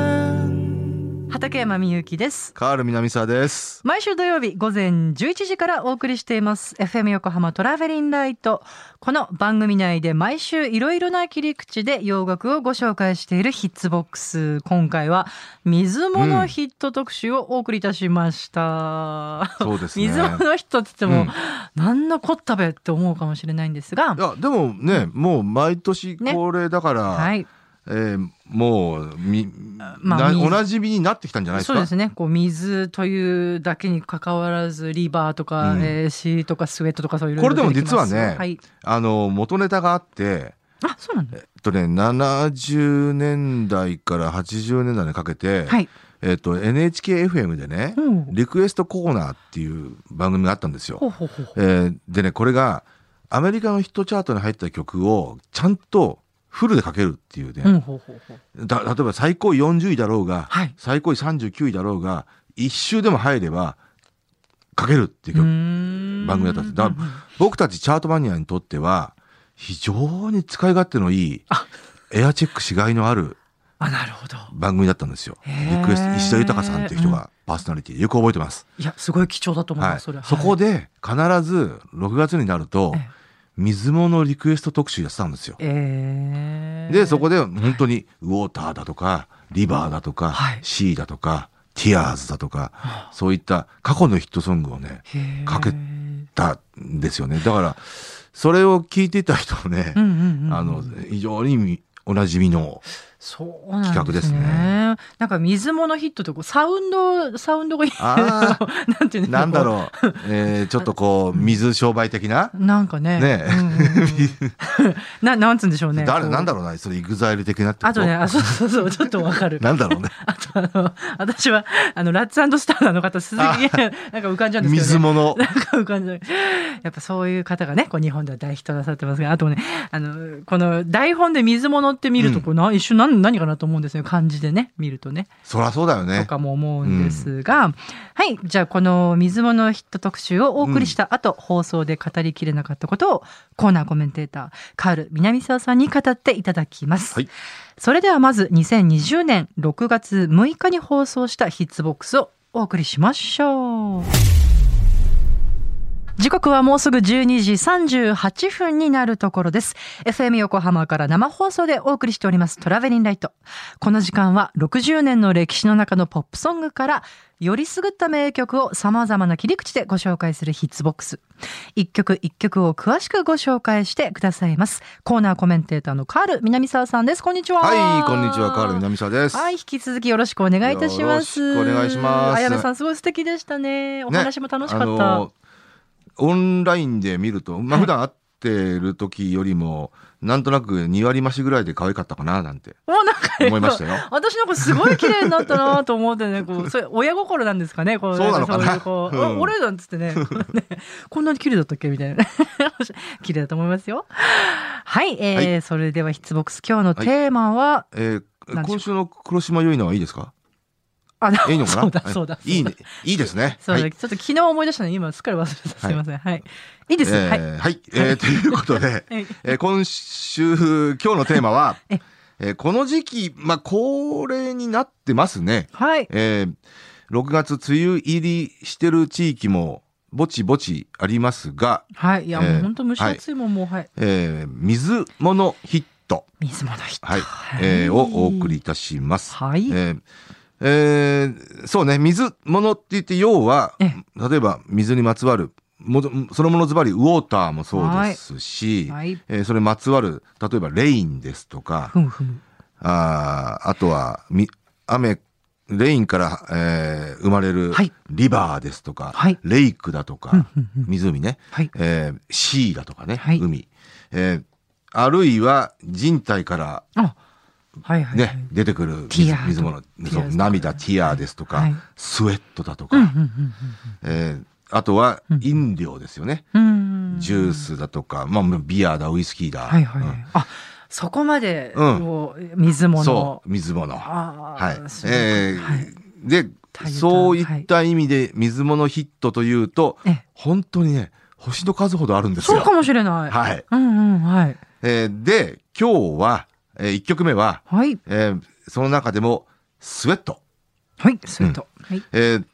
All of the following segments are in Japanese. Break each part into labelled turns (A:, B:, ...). A: seven.
B: 畠山みゆきです
A: カール南沢です。
B: 毎週土曜日午前11時からお送りしています FM 横浜トラベリンライトこの番組内で毎週いろいろな切り口で洋楽をご紹介しているヒッツボックス今回は水物ヒット特集をお送りいたしました、
A: そうですね。
B: 水物ヒットって言っても、
A: うん
B: 何のこったべって思うかもしれないんですが
A: いやでもね、もう毎年恒例だから、
B: はい
A: えーもうみ、
B: まあ
A: な
B: 水
A: おなじみになってきたんじゃないです
B: そ
A: か。
B: うですねこう水というだけに関わらずリバーとか、
A: うん
B: えーシーとかスウェットとかそういう
A: これでも実はね
B: はい、
A: あの元ネタがあって、
B: あそうなんだ、
A: えっとね、70年代から80年代にかけて、
B: はい、
A: えっと NHKFM でね、
B: うん
A: リクエストコーナーっていう番組があったんですよ。
B: ほうほうほうほ
A: えーでねこれがアメリカのヒットチャートに入った曲をちゃんとフルでかけるっていうね、
B: ううんほうほうほう
A: だ例えば最高位40位だろうが、
B: はい
A: 最高位39位だろうが一周でも入ればかけるっていう曲、
B: 番
A: 番組だったんですだ僕たちチャートマニアにとっては非常に使い勝手のいい
B: あ
A: エアチェックしがいのある
B: あなるほど
A: 番組だったんですよ。
B: へー
A: リクエスト石田豊さんっていう人がパーソナリティでよく覚えてます。
B: いやすごい貴重だと思い
A: は
B: ま
A: い、
B: す、そ
A: そ
B: れ
A: こで必ず6月になると、
B: はい
A: 水物のリクエスト特集やってたんですよ。
B: えー、
A: でそこ
B: で
A: で本当にウォーターだとかリバーだとか、
B: はい
A: シーだとかティアーズだとかそういった過去のヒットソングをねかけ
B: うん
A: だんですよねだからそれを聞いていた人もね、
B: うんうんうん
A: あの非常におなじみの
B: そうなんですね
A: 企画ですね
B: なんか水物ヒットとこうサウンドサウンドがいい
A: あ
B: なんて いうの
A: なんだろう、えーちょっとこう水商売的な、
B: なんかね。
A: ね
B: う
A: え
B: んうんうん な、なんつうんでしょうね。
A: 誰
B: こう
A: なんだろうなそれイグザイル的なってこと
B: あとね、あ、そうそうそう、ちょっとわかる。
A: なんだろうね
B: あと、あの、私は、あの、ラッツスターナーの方、鈴木、
A: あ
B: なんか浮かんじゃうんですけ
A: 水
B: どね。
A: 物
B: なんか浮かんじゃう。やっぱそういう方がね、こう日本では大ヒットなさってますが、あとね、あの、この台本で水物って見ると、こう、な、一瞬何、何かなと思うんですよ。漢字でね、見るとね。
A: そりゃそうだよ
B: と
A: ね
B: かも思うんですが、はいじゃあこの水物ヒット特集をお送りした後、放送で語りきれなかったことをコーナーコメンテーターカール南沢さんに語っていただきます、
A: はい
B: それではまず2020年6月6日に放送したヒッツボックスをお送りしましょう時刻はもうすぐ12時38分になるところです。FM 横浜から生放送でお送りしておりますトラベリンライト。この時間は60年の歴史の中のポップソングからよりすぐった名曲を様々な切り口でご紹介するヒッツボックス。一曲一曲を詳しくご紹介してくださいます。コーナーコメンテーターのカール南沢さんです。こんにちは。
A: はいこんにちはカール南沢です
B: はい、引き続きよろしくお願いいたします。
A: よろしくお願いします
B: あやめさん、すごい素敵でしたね。お
A: ね
B: 話も楽しかった。
A: あのオンラインで見ると、ま
B: は
A: あ、
B: い
A: 普段会ってる時よりも、なんとなく2割増しぐらいで可愛かったかななんて
B: もうなんか、
A: 思いました よ。
B: 私なんかすごい綺麗になったなと思ってね、こ う、それ親心なんですかね、こう、
A: そうなのかな
B: そういうこう、
A: うん
B: あ俺なんつってね、 ねこんなに綺麗だったっけみたいな。 綺麗だと思いますよ。はい、えー
A: は
B: それではヒッツボックス、今日のテーマは、
A: えー
B: なんでしょう
A: 今週の黒島結菜はいいですか
B: あ、
A: いいのかな
B: そうだ、そうだ。
A: はいい
B: そ
A: い
B: うだ
A: ね。いいですね。
B: そうだ、
A: はい
B: ちょっと昨日思い出したね、今すっかり忘れてた。す
A: はい
B: いません。はい。いいです。
A: え
B: はい。
A: ーはい。えーということで、
B: はい
A: えー今週、今日のテーマは
B: え、
A: えーこの時期、まあ、恒例になってますね。
B: はい。
A: えー6月梅雨入りしてる地域もぼちぼちありますが、
B: はい。いや、
A: えー
B: もう本当蒸し暑いもん、もう、はい。
A: えー水物ヒット、
B: 水物ヒット。
A: はいえーをお送りいたします。
B: はい。
A: えーえーそうね水物って言って要は
B: え
A: 例えば水にまつわるもぞそのものずばりウォーターもそうですし、
B: はい。
A: えーそれまつわる例えばレインですとか
B: ふむふむ。
A: あーあとはみ雨レインから、えー生まれる
B: はい
A: リバーですとか、
B: はい
A: レイクだと
B: うん
A: か、
B: うんうん
A: 湖ね、
B: はい。
A: えー、シーだとかね、
B: はい
A: 海、えーあるいは人体から、
B: あ、はいはい、はい。
A: ね出てくる水
B: ティアーと
A: 水
B: ィア
A: 物
B: ー
A: そう
B: とか
A: 涙ティアーですとか、
B: はい
A: スウェットだとか、
B: うんうんうん
A: えーあとは
B: うん
A: 飲料ですよね、
B: うん。うん
A: ジュー。スだとか、まあ、ビアだウイスキーだ、
B: はいはい、はい
A: うん
B: あ、そこまで
A: うん
B: を水物。
A: そう水物。は
B: あ
A: い
B: あ、すごく
A: えー
B: はい
A: で
B: 大変だ
A: そういった意味で水物ヒットというと、
B: ええ
A: 本当にね星の数ほどあるんです
B: そう
A: よ
B: か。もしれない。
A: はい
B: うんうんはい
A: えーで今日は、え1曲目は「
B: はい。
A: えーその中でも、スウェット。
B: はい、それと。はい。
A: えー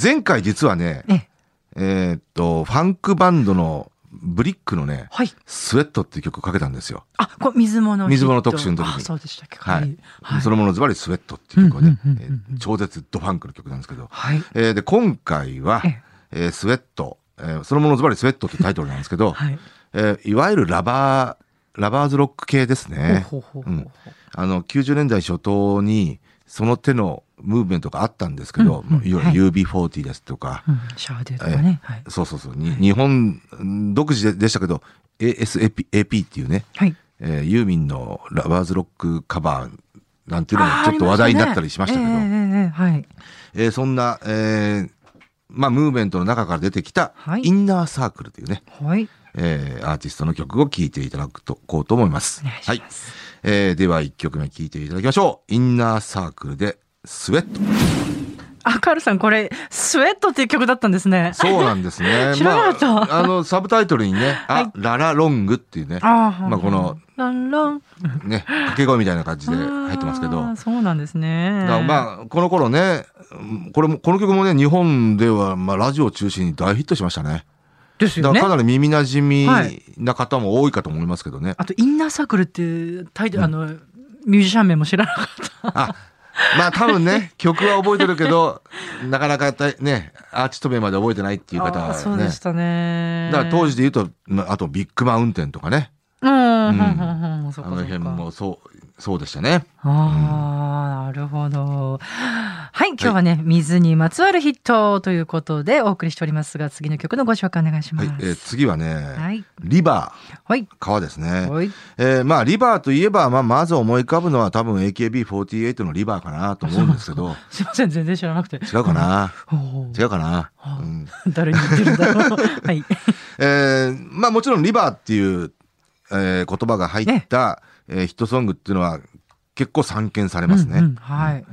A: 前回実はね、
B: ええ、
A: えーっと、ファンクバンドのブリックのね、
B: はい。
A: スウェットっていう曲をかけたんですよ。
B: あ、これ水物ヒット
A: 水物特集の時に
B: あ、そうでしたっけ。
A: はい。
B: はい。
A: そのものズバリスウェットっていう曲をね、
B: うんうんうんうんうん
A: えー超絶ドファンクの曲なんですけど、
B: はい。
A: えーで、今回は
B: ええ、
A: えースウェット、えーそのものズバリスウェットってタイトルなんですけど、
B: はい。
A: えーいわゆるラバー、ラバーズロック系ですね。
B: ほうほうほうほう
A: うんあの、90年代初頭に、その手のムーブメントがあったんですけど、
B: うんうん
A: いわゆる UB40 ですとか、
B: うんシャワーデーとかね。はい。
A: そうそうそう、に日本うん独自ででしたけど、ASAP AP っていうね、
B: はい。
A: えーユーミンのラバーズロックカバーなんていうの
B: あ
A: も
B: ー
A: ちょっと話題になったりしましたけど、
B: ありまねええええええはい。
A: えーそんな、えーまあ、ムーブメントの中から出てきた
B: はい
A: インナーサークルというね、
B: はい。
A: えーアーティストの曲を聴いていただくとこうと思います。
B: お願いします。
A: はいえーでは1曲目聴いていただきましょう。インナーサークルでスウェット。
B: あ、カールさん、これ、スウェットっていう曲だったんですね。。
A: そうなんです ね
B: 知らなかった
A: まあ、あの、サブタイトルにね、あ、
B: はい
A: ララロングっていうね、
B: あー
A: まあこの、
B: ランラン。
A: ね、掛け声みたいな感じで入ってますけど。
B: あーそうなんですね
A: だから。まあ、この頃ね、うんこれも、この曲もね、日本では、まあ、ラジオを中心に大ヒットしましたね。
B: ですよ
A: だか
B: ね
A: ら。かなり耳馴染
B: はい
A: みな方も多いかと思いますけどね。
B: あと、インナーサークルっていうタイトル、あの、ミュージシャン名も知らなかった。
A: あ、まあ多分ね、曲は覚えてるけど、なかなかたね、アーティスト名まで覚えてないっていう方
B: あーそ
A: は
B: うで
A: ね。
B: したね。
A: だから当
B: 時、
A: 時で言うと、まああとビッグマウンテンとかね、
B: うん、うん、
A: う
B: う
A: ん
B: ん、うん、そ
A: あ
B: うかそ
A: の
B: う
A: 辺
B: か。
A: もそう、そうでしたね。
B: ああ、なるほど。はい、今日はね、水にまつわるヒットということでお送りしておりますが、次の曲のご紹介お願いしま
A: は
B: す。
A: い、えー次はね、
B: はい
A: リバー、
B: はい。
A: 川ですね。
B: はい。
A: えーまあリバーといえば、まあ、まず思い浮かぶのは多分 AKB48 のリバーかなと思うんですけど
B: すいません、全然知らなくて。
A: 違うかな
B: おー
A: 違うかな、
B: はあ
A: うん
B: 誰に言ってるんだろう。 はい。
A: えーまあもちろんリバーっていう、えー言葉が入った、えーヒットソングっていうのは結構散見されますね、
B: うんうんはい。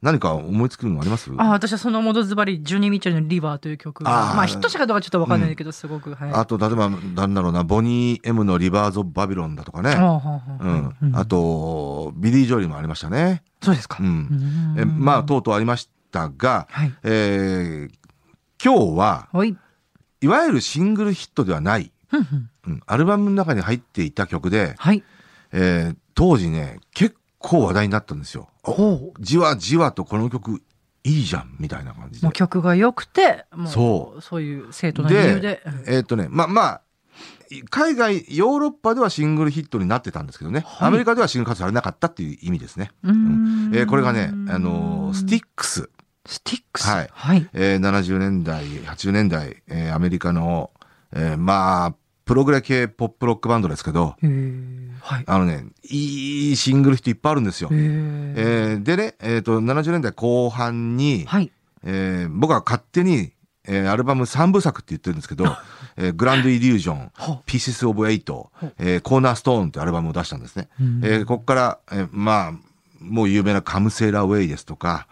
A: 何か思いつくのあります
B: あ、
A: あ
B: 私はそのものズバリ、ジュニー・ミッチェルのリバーという曲が。
A: あー
B: まあ、ヒットしたかどうかちょっとわかんないけど、すごく、はい。
A: と例えばなんだろうなボニー・エムの「リバーズ・オブ・バビロン」だとかね、
B: ほうほうほ
A: う
B: うんうん
A: あとビリー・ジョイルもありましたね、
B: そうですか。
A: うん
B: うん
A: えまあとうとうありましたが、
B: はい。
A: えー今日は
B: はい。
A: いわゆるシングルヒットではない、
B: ふんふん
A: うんアルバムの中に入っていた曲で、
B: はい。
A: えー当時ね結構話題になったんですよ。お
B: おう
A: じわじわとこの曲いいじゃんみたいな感じで
B: もう。曲が良くて、もう、
A: そ
B: そういう正当な理由で。
A: えーっとねまあまあ海外ヨーロッパではシングルヒットになってたんですけどね、
B: はい
A: アメリカではシングル活動されなかったっていう意味ですね。
B: うん
A: えーこれがね、あのースティックス、
B: スティックス。
A: はい
B: はい。
A: えー70年代80年代、えーアメリカの、えーまあプログレ系ポップロックバンドですけど、
B: へーはい。
A: あのね、いいシングルヒットいっぱいあるんですよ。
B: へ
A: え
B: ー
A: ーでね、えっ、と、70年代後半に、
B: はい。
A: えー僕は勝手に、えーアルバム3部作って言ってるんですけど、えーグランドイリュー ジョン
B: は、
A: ピーシス・オブ・エイト
B: ほう、
A: えーコーナーストーンってアルバムを出したんですね。
B: うん
A: えーここから、えーまあ、もう有名なカムセーラー・ウェイですとか、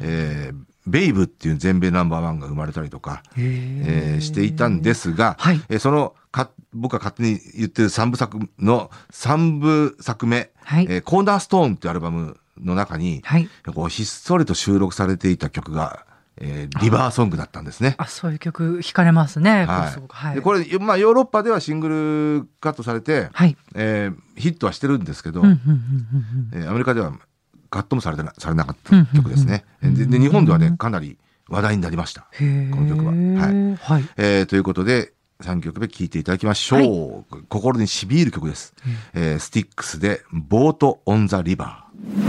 A: えーベイブっていう全米ナンバーワンが生まれたりとか、
B: へー
A: えーしていたんですが、
B: はい
A: えーそのか僕が勝手に言ってる3部作の3部作目「
B: はい
A: えーコーナーストーン」っていうアルバムの中に、
B: はい。
A: こうひっそりと収録されていた曲が、えーリバーソングだったんですね。
B: あ、そういう曲弾かれますね。これ
A: は、
B: すごく。はいい。
A: でこれ、まあ、ヨーロッパではシングルカットされて、
B: はい。
A: えーヒットはしてるんですけど、
B: うんうんうんうん
A: えーアメリカではカットもされてなされなかった曲ですね。でで日本ではねかなり話題になりました。
B: うんへー
A: この曲ははい
B: はい。
A: えーということで3曲目聴いていただきましょう、心にしびる曲です、えースティックスで「ボート・オン・ザ・リバー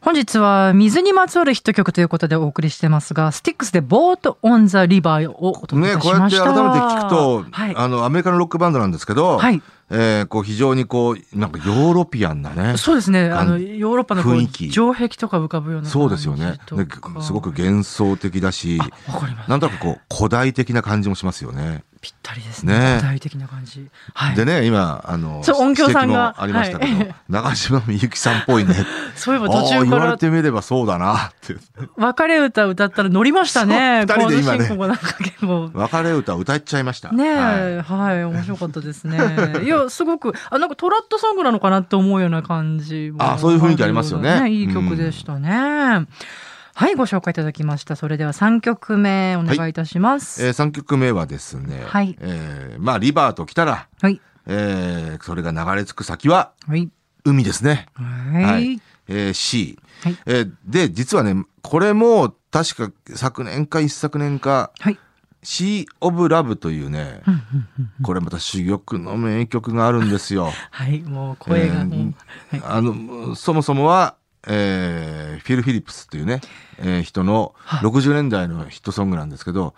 B: 本日は水にまつわるヒット曲ということでお送りしてますが、スティックスでボートオンザリバーをお」届
A: ね
B: けいた
A: こ
B: し
A: うや
B: ま
A: っ
B: した。
A: て改めて聞くと、
B: はい。
A: あのアメリカのロックバンドなんですけど、
B: はい
A: えーこう非常にこうなんかヨーロピアンなね
B: そうですね。
A: 感
B: あの、ヨーロッパのこ
A: 雰
B: う
A: 囲気
B: 城壁とか浮かぶような
A: そうですよね
B: 感じと
A: ね
B: か
A: すごく幻想的だし
B: わかります。
A: なんとなくこう古代的な感じもしますよね。
B: ぴったりですね。
A: ね
B: 具体的な感じ。はい。
A: でね、今、あの、
B: そう音響さんが
A: 指摘もありましたけど、
B: は
A: 長嶋みゆきさんっぽ いね。
B: そういえば
A: あ
B: 途
A: あ
B: 中
A: 言
B: か
A: われ
B: ら
A: てみればそうだなって。
B: 別れ歌歌ったら乗りましたね。
A: そう二人で今ね
B: コード進行もなんか結構。
A: 別れ歌歌っちゃいました。
B: ねえ、
A: は
B: はい、面白かったですね。 いや、すごく、あ、なんかトラットソングなのかなって思うような感じも
A: あそういう雰囲気ありますよね
B: 感じるようないい曲でしたね。はい、ご紹介いただきました。それでは三曲目お願いいたします。
A: いえー、3曲目はですね、
B: はい
A: えーまあ、リバーと来たら、
B: はい、
A: えーそれが流れ着く先は
B: はい、
A: 海ですね。
B: はい、
A: はいえー C、
B: はい
A: えーで、実はね、これも確か昨年か一昨年か、
B: はい。
A: シー・オブ・ラブというね、
B: うんうんうん
A: これまた珠玉の名曲があるんで すよ。
B: はい、もう声がもう、
A: えーあの、そもそもは、えーフィル・フィリップスというね、えー人の
B: はい
A: 60年代のヒットソングなんですけど、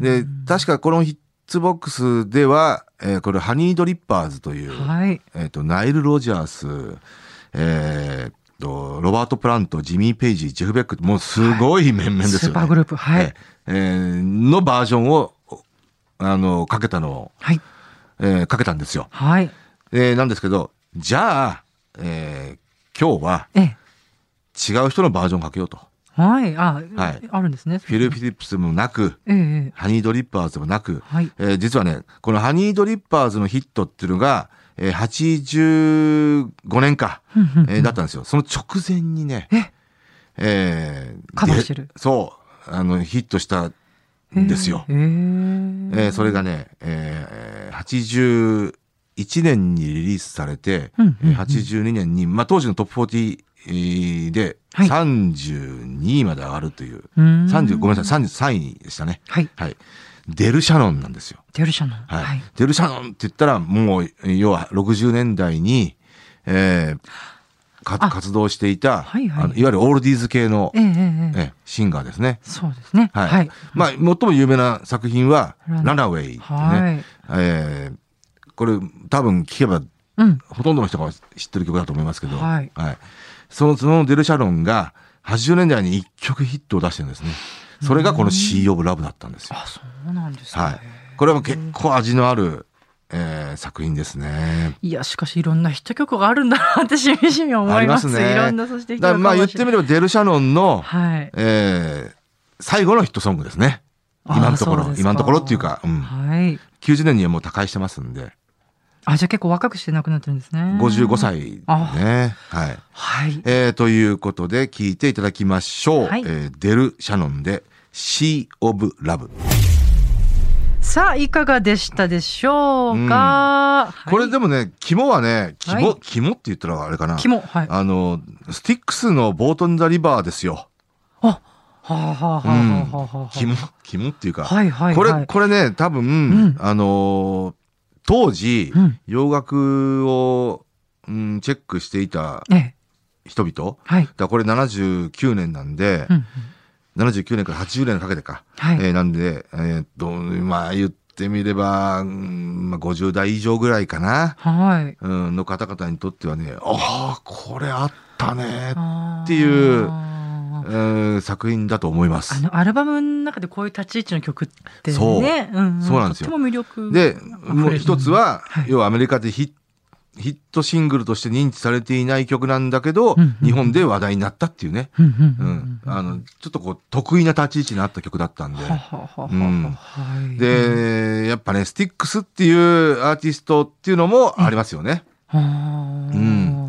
B: うー
A: で
B: ん、
A: 確かこのヒッツボックスでは、えーこれ、ハニードリッパーズという、
B: はい、
A: えっ、と、ナイル・ロジャース、えーっと、ロバート・プラント、ジミー・ペイジ、ジェフ・ベック、もうすごい面々です
B: スー
A: よね。
B: パーグループ、はい、
A: えーえーのバージョンを、あの、かけたのを、
B: はい、
A: えーかけたんですよ。
B: はい、
A: えーなんですけど、じゃあ、えー今日は
B: ええ、
A: 違う人のバージョンかけようと。
B: はい、あ、
A: はい
B: あるんですね。
A: フィル・フィリップスでもなく、
B: ええええ、
A: ハニードリッパーズでもなく、
B: はい、
A: えー実はね、このハニードリッパーズのヒットっていうのが、えー85年か、
B: うんうんうん
A: えーだったんですよ。その直前にね、
B: え
A: えー
B: カバーしてる
A: でそう、あの、ヒットしたんですよ。
B: ええ
A: えーそれがね、えー81年にリリースされて、
B: うんうんうん
A: 82年に、まあ、当時のトップ40えーで
B: はい
A: 32位まで上がるという、
B: うーん
A: 30ごめんなさい、33位でしたね。
B: はい、
A: はい。デルシャノンなんですよ。
B: デルシャノン。
A: はい。
B: はい。
A: デルシャノンって言ったら、もう、要は60年代に、えーか
B: あ
A: 活動していた、
B: はいはい
A: あのいわゆるオールディーズ系の、
B: ええええええ
A: えシンガーですね。
B: そうですね。
A: はい。
B: はい。
A: まあ、最も有名な作品は、
B: ラン
A: ランナウェイ、ね。
B: はい。
A: えーこれ、多分聴けば、
B: うん。
A: ほとんどの人が知ってる曲だと思いますけど、
B: はい
A: その、そのデルシャノンが、80年代に一曲ヒットを出してるんですね。それがこの Sea of Love だったんですよ。
B: あ、そうなんですね。
A: はい。これも結構味のある、えー作品ですね。
B: いや、しかしいろんなヒット曲があるんだなってしみじみ思います。
A: ありますね
B: いろんな、そして
A: だからまあ言ってみ
B: る。
A: ればデルシャノンの、
B: はい。
A: えー最後のヒットソングですね。今のとこ
B: あーそう
A: ろ、
B: ですか
A: 今のところっていうか、うん、
B: はい。
A: 90年にはもう他界してますんで、
B: あ、じゃあ結構若くして亡くなってるんですね。
A: 55。歳
B: あ
A: ね。はい。
B: はい。
A: えーということで聞いていただきましょう。
B: はい
A: えーデルシャノンで Sea of Love。
B: さあ、いかがでしたでしょうか。
A: これで
B: も、
A: もね、肝はね、肝、
B: はい
A: 肝って言ったらあれかな。
B: 肝、はい。
A: あの、スティックスのボートンザリバーですよ。
B: あ、はあ、はあ、はあ、はあ、はあはあ。
A: 肝、肝っていうか、
B: はい、はい、はい。
A: これ、これね、多分、
B: ん
A: あのー当時、
B: うん
A: 洋楽を、うん、チェックしていた
B: ええ、
A: 人々。
B: はい。
A: だからこれ79年なんで
B: う、んうん、
A: 79年から80年にかけてか。
B: はい。
A: えーなんで、えーっと、まあ言ってみれば、うんまあ、50代以上ぐらいかな、
B: はい。
A: うん、の方々にとってはね、ああ、これあったね、
B: っ
A: っていう
B: あ
A: うん作品だと思います。
B: の、アルバムの中でこういう立ち位置の曲ってね。
A: そう
B: うん
A: そうなんですよ
B: とっても魅力。
A: で、
B: あ
A: もう一つ、は、
B: はい
A: 要はアメリカでヒッヒットシングルとして認知されていない曲なんだけど、
B: うんうん
A: 日本で話題になったっていうね、
B: うんうん
A: う
B: うん
A: ん
B: うん
A: あのちょっとこう得意な立ち位置にあった曲だったんで
B: は。ははは
A: うん
B: はい。
A: で、やっぱね、スティックスっていうアーティストっていうのもありますよね。
B: あ
A: う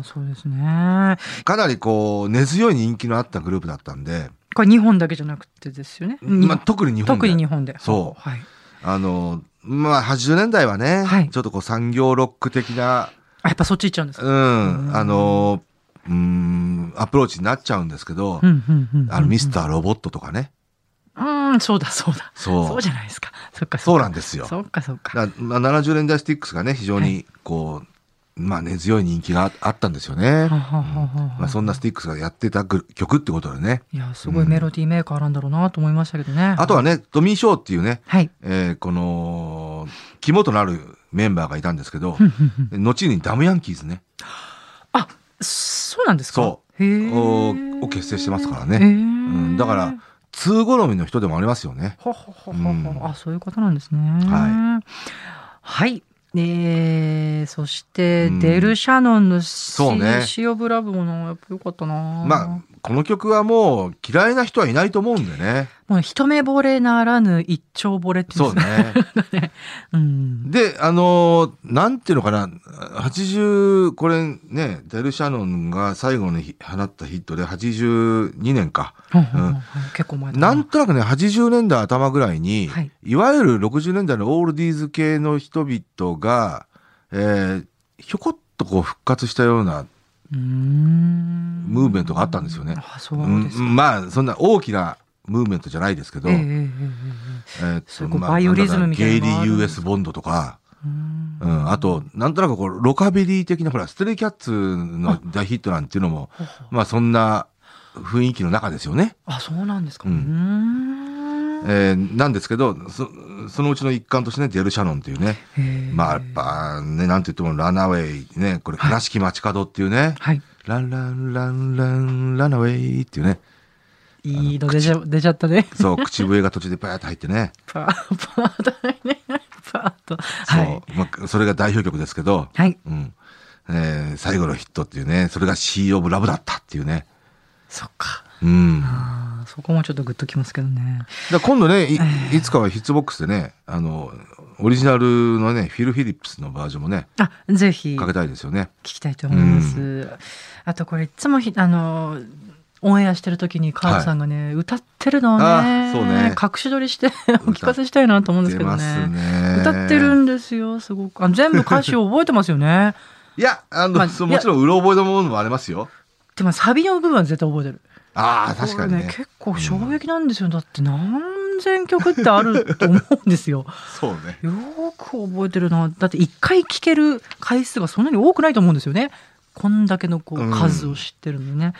B: あ、そうですね。
A: かなりこう、根強い人気のあったグループだったんで、
B: これ日本だけじゃなくてですよね。
A: まあ、特に日本
B: 特
A: で
B: に日本で。
A: そう
B: はい。
A: あの、まあ、80年代はね、
B: はい
A: ちょっとこう産業ロック的な、
B: あやっぱそっち行っちゃうんです
A: う
B: か。
A: ん、
B: うん
A: あの、うん、アプローチになっちゃうんですけど、
B: うんうんうんうん
A: あの、ミスターロボットとかね。
B: うん、そうだそうだ。
A: そう。
B: そうじゃないですか。そっか
A: そうなん
B: で
A: ですよ。
B: そっかそっか。
A: だまあ、70年代スティックスがね、非常
B: は
A: に、こう、まあ、根強い人気がああったんですよね。
B: ははははは
A: まあ、そんなスティックスがやってたぐ曲ってことでね。
B: いや、すごいメロディーメーカーなんだろうなと思いましたけどね。
A: あとはね、トミー・ショーっていうね、
B: はい。
A: えーこの、肝となるメンバーがいたんですけど、後にダムヤンキーズね、
B: あ、そうなんですか。
A: そう
B: へー
A: をを結成してますからね
B: へー
A: うんだから、通好みの人でもありますよね。
B: ほほほほ
A: うん
B: ほ。あ、そういうことなんですね。。
A: はい
B: はい。えー、そして、
A: うん
B: デル・シャノンのシ,、
A: そうね
B: シオブ・ラブもな、やっぱよかったな。
A: まあ、この曲はもう嫌いな人はいないと思うんでね。
B: もう一目惚れならぬ一丁惚れっていうんで
A: そう
B: すね。
A: ね。
B: うん。
A: で、あのーなんていうのかな、80、これね、デル・シャノンが最後に放ったヒットで82年か。
B: ほうほうほうほう結構前だ
A: なんとなくね、80年代頭ぐらいに、
B: はい
A: い、わゆる60年代のオールディーズ系の人々が、えーひょこっとこう復活したような、
B: うーん
A: ムーブメントがあったんですよね
B: あ、そうです
A: う
B: か。
A: んまあ、そんな大きなムーブメントじゃないですけど、
B: えええええええ
A: えーっ
B: そ
A: と
B: うこう
A: まあ
B: バイオリズムみたいなのが
A: ゲ
B: あ
A: イ
B: る
A: リ
B: ん
A: ー・
B: です
A: US ボンドとか、
B: えうん
A: うん、あと、なんとなくこう、ロカビリー的な、ほら、ステレイキャッツの大ヒットなんていうのも、
B: ほうほう
A: まあそんな雰囲気の中ですよね。
B: あ、そうなんですか。う
A: うん
B: ーん。へ
A: えーなんですけど、そそのうちの一環としてね、デル・シャノンっていうね、
B: え
A: まあやっ。ぱね、なんて言ってもランナーウェイ、ね、これ悲しき街角っていうね、
B: はい。
A: ランランランランランナーウェイっていうね、
B: いいの出ちゃ、出ちゃったね。
A: そう、口笛が途中でバーッと入ってね、
B: パー、パーだね。 パーっと。
A: そう、
B: はい。
A: まあ、それが代表曲ですけど、
B: はい。
A: うん。えー最後のヒットっていうね、それが Sea of Love だったっていうね。
B: そっか。
A: うん。
B: あーそこもちょっとグッときますけどね。
A: だから今度ねい、いつかはヒッツボックスでね、あの、オリジナルのね、フィル・フィリップスのバージョンもね、
B: あ、ぜひ。
A: かけたいですよね。
B: 聞きたいと思います。
A: う
B: あとこれいつもひあのオンエアしてる時にカールさんがね、歌ってるのをね
A: あそうね
B: 隠し撮りしてお聞かせしたいなと思うんですけ
A: 出
B: ど
A: ま
B: ね
A: すね。
B: 歌ってるんですよすごくあ全部歌詞を覚えてますよね
A: いや、あの、
B: まあ
A: そう
B: いや
A: もちろん、うろ覚えのものもありますよ。
B: でもサビの部分は絶対覚えてる
A: ああ、確かに
B: これ
A: ね。
B: 結構衝撃なんですよ、だって何千曲ってあると思うんですよ
A: そうね。
B: よーく覚えてるなだって一回聴ける回数がそんなに多くないと思うんですよねこんだけのこ
A: う
B: うん数を知ってるのでね、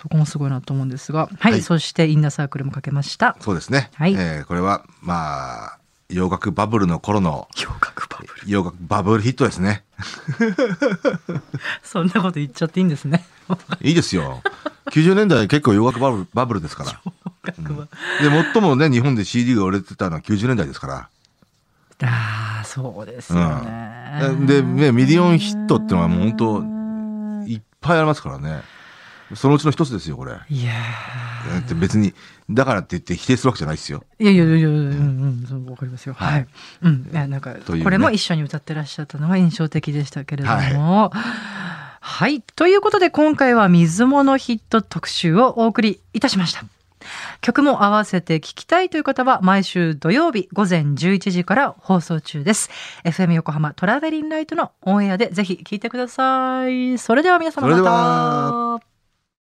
B: そこもすごいなと思うんですがはい、
A: はい
B: そしてインナーサークルもかけました
A: そうですね。
B: はい
A: えーこれは、まあ、洋楽バブルの頃の
B: 洋楽バブル
A: 洋楽バブルヒットですね。
B: そんなこと言っちゃっていいんです ね
A: いいですよ。90年代結構洋楽バブルバブルで すから。
B: 洋楽は、
A: で、最もね、日本で CD が売れてたのは90年代ですから。
B: ああそうですよね、
A: うんでねミリオンヒットってのはもう本いっぱいありますからね。そのうちの一つですよ、これ。だ
B: いや
A: って別に、だからって言って否定するわけじゃないですよ。
B: ーいやいやいやいや、うんうん、そうわかりますよ。は
A: はい
B: い、うん、いや、なんか、
A: というね
B: これも一緒に歌ってらっしゃったのが印象的でしたけれども。はい、ということで、今回は水物ヒット特集をお送りいたしました。曲も合わせて聞きたいという方は毎週土曜日午前11時から放送中です。FM 横浜トラベリンライトのオンエアでぜひ聞いてください。それでは皆様
A: それで
B: ま
A: は
B: た。